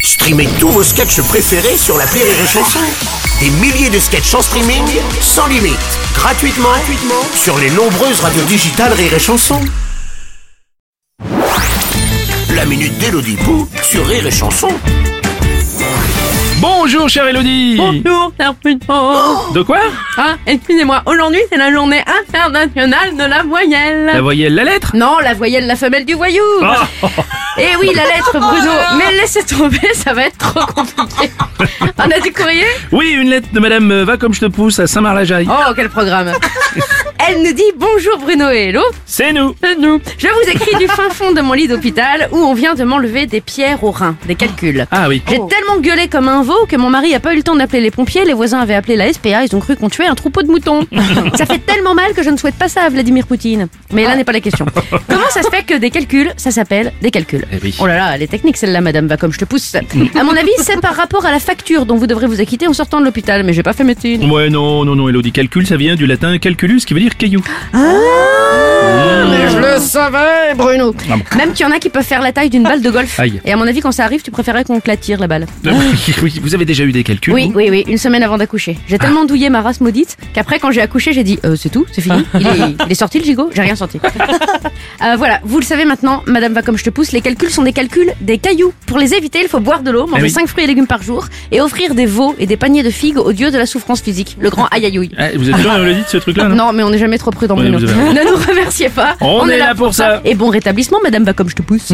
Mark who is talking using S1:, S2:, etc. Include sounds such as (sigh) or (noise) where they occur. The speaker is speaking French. S1: Streamez tous vos sketchs préférés sur la Rire et Chanson. Des milliers de sketchs en streaming, sans limite, gratuitement, gratuitement sur les nombreuses radios digitales Rire et Chanson. La minute d'Elodie Pou sur Rire et Chanson.
S2: Bonjour chère Elodie
S3: Bonjour, Pierre Plutôt.
S2: De quoi
S3: Ah, excusez-moi, aujourd'hui c'est la journée internationale de la voyelle.
S2: La voyelle, la lettre
S3: Non, la voyelle, la femelle du voyou.
S2: Ah, Oh
S3: Eh oui,
S2: (laughs)
S3: la lettre, Bruno. Mais laissez tomber, ça va être trop compliqué. On a du courrier
S2: Oui, une lettre de madame euh, Va comme je te pousse à Saint-Marc-la-Jaille.
S3: Oh, quel programme. Elle nous dit bonjour Bruno et hello.
S2: C'est nous
S3: C'est nous. Je vous écris du fin fond de mon lit d'hôpital où on vient de m'enlever des pierres au rein, des calculs.
S2: Ah oui.
S3: J'ai tellement gueulé comme un veau que mon mari a pas eu le temps d'appeler les pompiers, les voisins avaient appelé la SPA, ils ont cru qu'on tuait un troupeau de (laughs) moutons. ça fait tellement mal que je ne souhaite pas ça à Vladimir Poutine. Mais là n'est pas la question. Comment ça se fait que des calculs, ça s'appelle des calculs
S2: Eh oui.
S3: Oh là là, elle est technique celle-là, madame, va comme je te pousse. à mon avis, c'est par rapport à la facture dont vous devrez vous acquitter en sortant de l'hôpital, mais j'ai pas fait médecine.
S2: Ouais, non, non, non, Elodie, calcul, ça vient du latin calculus qui veut dire caillou.
S3: Ah.
S2: Mmh.
S3: Mais je le savais, Bruno.
S2: Ah bon.
S3: Mmh. Même qu'il y en a qui peuvent faire la taille d'une balle de golf.
S2: Aïe.
S3: Et à mon avis, quand ça arrive, tu préférais qu'on te la tire la balle.
S2: Oui, oui, vous avez déjà eu des calculs
S3: Ah. Oui,
S2: vous
S3: oui, oui, une semaine avant d'accoucher. J'ai
S2: Ah.
S3: tellement douillé ma race maudite qu'après, quand j'ai accouché, j'ai dit euh, c'est tout, c'est fini.
S2: Ah.
S3: Il est, il est sorti le gigot J'ai
S2: (laughs)
S3: rien sorti. Euh, voilà, vous le savez maintenant, Madame va comme je te pousse, les calculs sont des calculs des cailloux. Pour les éviter, il faut boire de l'eau, manger
S2: Eh oui.
S3: 5 fruits et légumes par jour et offrir des veaux et des paniers de figues au dieu de la souffrance physique, le grand aïe aïe aïe.
S2: Ah, vous êtes sûr, Elodie, de ce truc-là non
S3: Non, mais on n'est jamais trop prudent,
S2: Oui,
S3: Bruno.
S2: vous
S3: (laughs)
S2: avez
S3: Ne nous remerciez pas.
S2: On est là pour ça.
S3: Et bon rétablissement, Madame va comme je te pousse.